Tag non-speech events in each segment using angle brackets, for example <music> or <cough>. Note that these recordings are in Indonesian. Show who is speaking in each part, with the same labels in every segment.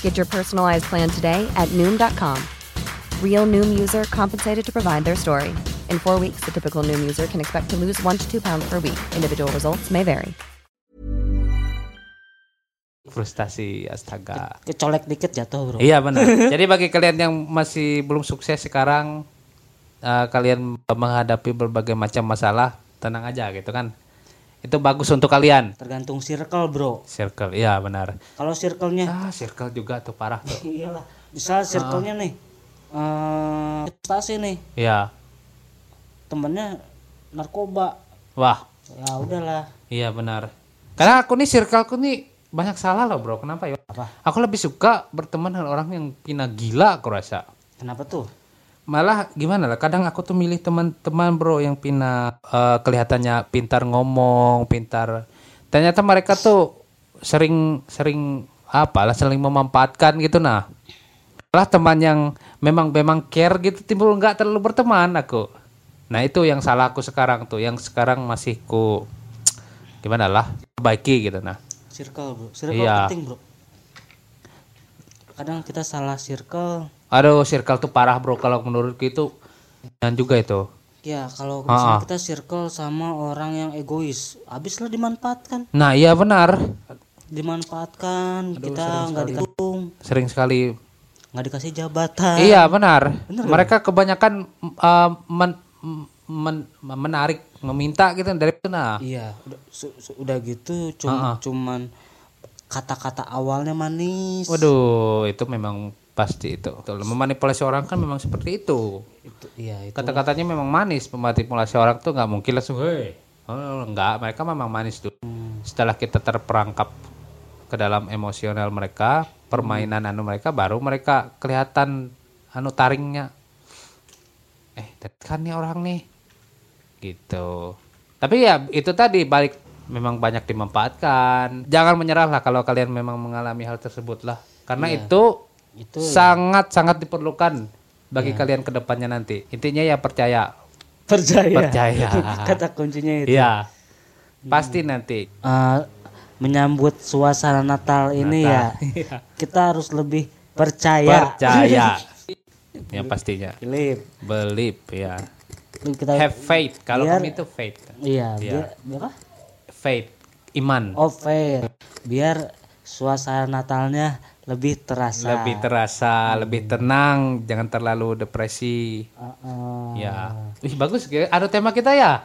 Speaker 1: Get your personalized plan today at Noom.com. Real Noom user compensated to provide their story. In four weeks, the typical Noom user can expect to lose one to two pounds per week. Individual results may vary.
Speaker 2: frustasi astaga
Speaker 3: kecolek dikit jatuh bro
Speaker 2: iya benar jadi bagi kalian yang masih belum sukses sekarang eh, kalian menghadapi berbagai macam masalah tenang aja gitu kan itu bagus untuk kalian
Speaker 3: tergantung circle bro
Speaker 2: circle iya benar
Speaker 3: kalau circle-nya
Speaker 2: ah circle juga tuh parah tuh
Speaker 3: iyalah
Speaker 2: Ah.
Speaker 3: misal circle-nya nih eh investasi nih
Speaker 2: iya
Speaker 3: temennya narkoba
Speaker 2: wah
Speaker 3: ya udahlah
Speaker 2: iya benar karena aku nih circleku nih banyak salah loh bro kenapa ya aku lebih suka berteman dengan orang yang pina gila aku rasa
Speaker 3: kenapa tuh
Speaker 2: malah gimana lah kadang aku tuh milih teman-teman bro yang pina eh, kelihatannya pintar ngomong pintar ternyata mereka tuh sering sering apa lah sering memanfaatkan gitu nah lah teman yang memang memang care gitu timbul nggak terlalu berteman aku nah itu yang salah aku sekarang tuh yang sekarang masih ku gimana lah perbaiki gitu nah
Speaker 3: circle bro circle
Speaker 2: Iya.
Speaker 3: penting bro kadang kita salah circle
Speaker 2: aduh circle tuh parah bro kalau menurutku itu dan juga itu
Speaker 3: ya kalau misalnya
Speaker 2: Ah.
Speaker 3: kita circle sama orang yang egois habislah dimanfaatkan
Speaker 2: nah iya benar
Speaker 3: dimanfaatkan kita nggak didukung
Speaker 2: sering sekali
Speaker 3: nggak dikasih jabatan
Speaker 2: Iya benar. Mereka kebanyakan mm, uh, men- m- men- menarik, meminta gitu dari itu nah.
Speaker 3: Iya, udah, su- su- udah gitu cum-
Speaker 2: Ah, ah.
Speaker 3: cuman kata-kata awalnya manis.
Speaker 2: Waduh, itu memang pasti itu. Betul. Memanipulasi orang kan memang seperti itu.
Speaker 3: Itu, iya, itu.
Speaker 2: Kata-katanya memang manis. Memanipulasi orang tuh nggak mungkin langsung, hei. Oh, enggak, mereka memang manis dulu. Setelah kita terperangkap ke dalam emosional mereka, permainan anu mereka, baru mereka kelihatan anu taringnya. Eh, tadi kan nih orang nih. gitu tapi ya itu tadi balik memang banyak dimanfaatkan jangan menyerah lah kalau kalian memang mengalami hal tersebut lah karena itu
Speaker 3: Iya. Itu ya. Iya.
Speaker 2: sangat sangat diperlukan bagi kalian kedepannya nanti intinya ya percaya
Speaker 3: <laughs> percaya.
Speaker 2: Percaya.
Speaker 3: <laughs> Kata kuncinya itu.
Speaker 2: Iya pasti nanti
Speaker 3: Eh, menyambut suasana Natal ini <laughs> ya. kita harus lebih percaya. <laughs>
Speaker 2: percaya ya pastinya
Speaker 3: Philip,
Speaker 2: believe ya
Speaker 3: kita
Speaker 2: have faith kalau
Speaker 3: Iya. biar-
Speaker 2: kami itu faith
Speaker 3: Iya,
Speaker 2: Iya.
Speaker 3: biar, biar apa?
Speaker 2: faith iman
Speaker 3: Oh, fair. Biar suasana Natalnya lebih terasa.
Speaker 2: lebih terasa lebih
Speaker 3: Hmm.
Speaker 2: tenang jangan terlalu depresi
Speaker 3: Eh, eh,
Speaker 2: Ya. Wih bagus, Ge. ada tema kita ya.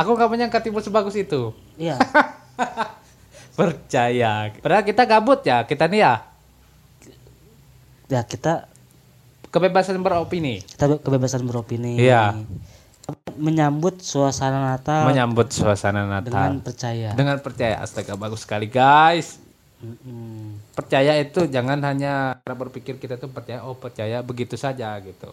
Speaker 2: Aku nggak menyangka timbul sebagus itu.
Speaker 3: Iya.
Speaker 2: <laughs> Percaya. Padahal kita gabut ya, kita nih ya.
Speaker 3: ya kita
Speaker 2: Kebebasan beropini.
Speaker 3: kita be- kebebasan beropini
Speaker 2: Iya.
Speaker 3: menyambut suasana Natal
Speaker 2: Menyambut suasana
Speaker 3: Ah. dengan
Speaker 2: Natal.
Speaker 3: percaya
Speaker 2: Dengan percaya. Astaga, bagus sekali guys.
Speaker 3: Mm-mm.
Speaker 2: Percaya itu jangan hanya cara berpikir kita tuh percaya, oh percaya begitu saja gitu.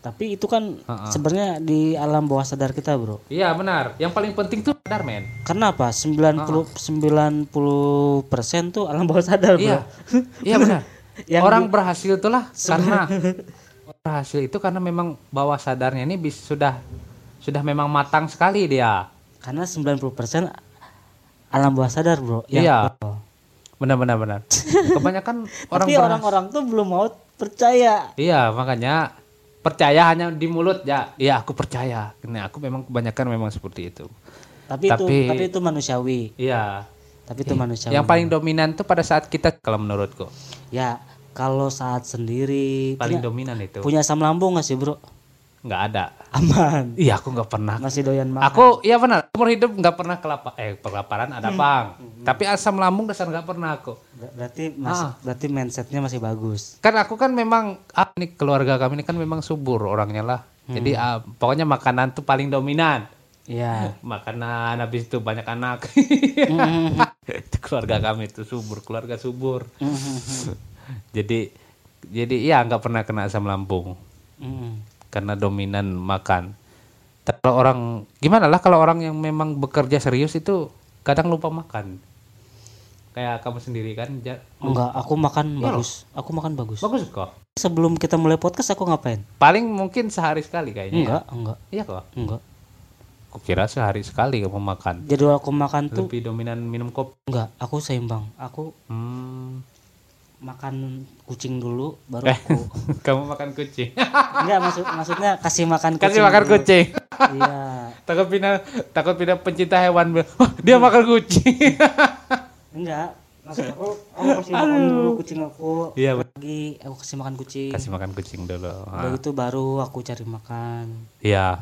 Speaker 3: tapi itu kan sebenarnya di alam bawah sadar kita bro
Speaker 2: Iya benar. Yang paling penting tuh sadar men.
Speaker 3: kenapa 90 90% tuh alam bawah sadar bro
Speaker 2: Iya, <laughs> iya benar.
Speaker 3: <laughs> Yang
Speaker 2: orang berhasil itulah karena orang <laughs> berhasil itu karena memang bawah sadarnya ini bis- sudah sudah memang matang sekali dia.
Speaker 3: karena 90% alam bawah sadar bro Ya. yang
Speaker 2: Iya. Benar-benar
Speaker 3: <laughs>
Speaker 2: benar. Kebanyakan orang
Speaker 3: tapi
Speaker 2: berhas-
Speaker 3: orang-orang tuh belum mau percaya
Speaker 2: Iya, makanya percaya hanya di mulut ya. Iya, aku percaya. Nah, aku memang kebanyakan memang seperti itu.
Speaker 3: tapi, itu
Speaker 2: Tapi-
Speaker 3: tapi itu manusiawi
Speaker 2: Iya.
Speaker 3: tapi itu manusiawi
Speaker 2: Yang paling dominan tuh pada saat kita kalau menurutku.
Speaker 3: ya kalau saat sendiri
Speaker 2: Paling
Speaker 3: punya,
Speaker 2: dominan itu.
Speaker 3: punya asam lambung nggak sih bro
Speaker 2: nggak ada.
Speaker 3: aman
Speaker 2: Iya, aku nggak pernah.
Speaker 3: masih doyan makan
Speaker 2: Aku iya benar, umur hidup nggak pernah kelapa eh kelaparan ada bang. Tapi asam lambung dasar nggak pernah aku.
Speaker 3: Ber- berarti mas-
Speaker 2: Ah.
Speaker 3: berarti mindsetnya masih bagus
Speaker 2: Kan aku kan memang ah, ini keluarga kami ini kan memang subur orangnya lah. Jadi ah, pokoknya makanan tuh paling dominan.
Speaker 3: ya
Speaker 2: Iya. Makanan habis itu banyak anak. <laughs> Itu keluarga kami itu subur, keluarga subur. <laughs> jadi jadi ya nggak pernah kena asam lambung
Speaker 3: Mm.
Speaker 2: karena dominan makan. Kalau orang gimana lah kalau orang yang memang bekerja serius itu kadang lupa makan. Kayak kamu sendiri kan Ja-
Speaker 3: enggak aku makan bagus aku makan bagus
Speaker 2: Iya bagus kok.
Speaker 3: sebelum kita mulai podcast aku ngapain
Speaker 2: Paling mungkin sehari sekali kayaknya. ya.
Speaker 3: enggak enggak
Speaker 2: Iya kok.
Speaker 3: enggak
Speaker 2: Kukira sehari sekali kamu makan.
Speaker 3: jadwal aku makan tuh
Speaker 2: Lebih dominan minum kopi.
Speaker 3: enggak aku seimbang aku
Speaker 2: Hmm. <laughs>
Speaker 3: makan kucing dulu baru
Speaker 2: Eh,
Speaker 3: aku
Speaker 2: kamu makan
Speaker 3: <laughs>
Speaker 2: kucing.
Speaker 3: enggak maksud maksudnya kasih makan kucing
Speaker 2: Kasih makan
Speaker 3: dulu.
Speaker 2: kucing.
Speaker 3: iya
Speaker 2: Takut pindah takut pindah pencinta hewan. <laughs> bilang, Wah, dia makan kucing.
Speaker 3: enggak maksud aku aku kasih makan dulu kucing aku
Speaker 2: Iya, bener.
Speaker 3: lagi aku kasih makan kucing
Speaker 2: Kasih makan kucing dulu. Ah,
Speaker 3: Udah itu baru aku cari makan
Speaker 2: Iya.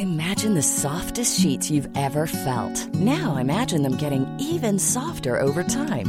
Speaker 4: Imagine the softest sheets you've ever felt. Now imagine them getting even softer over time.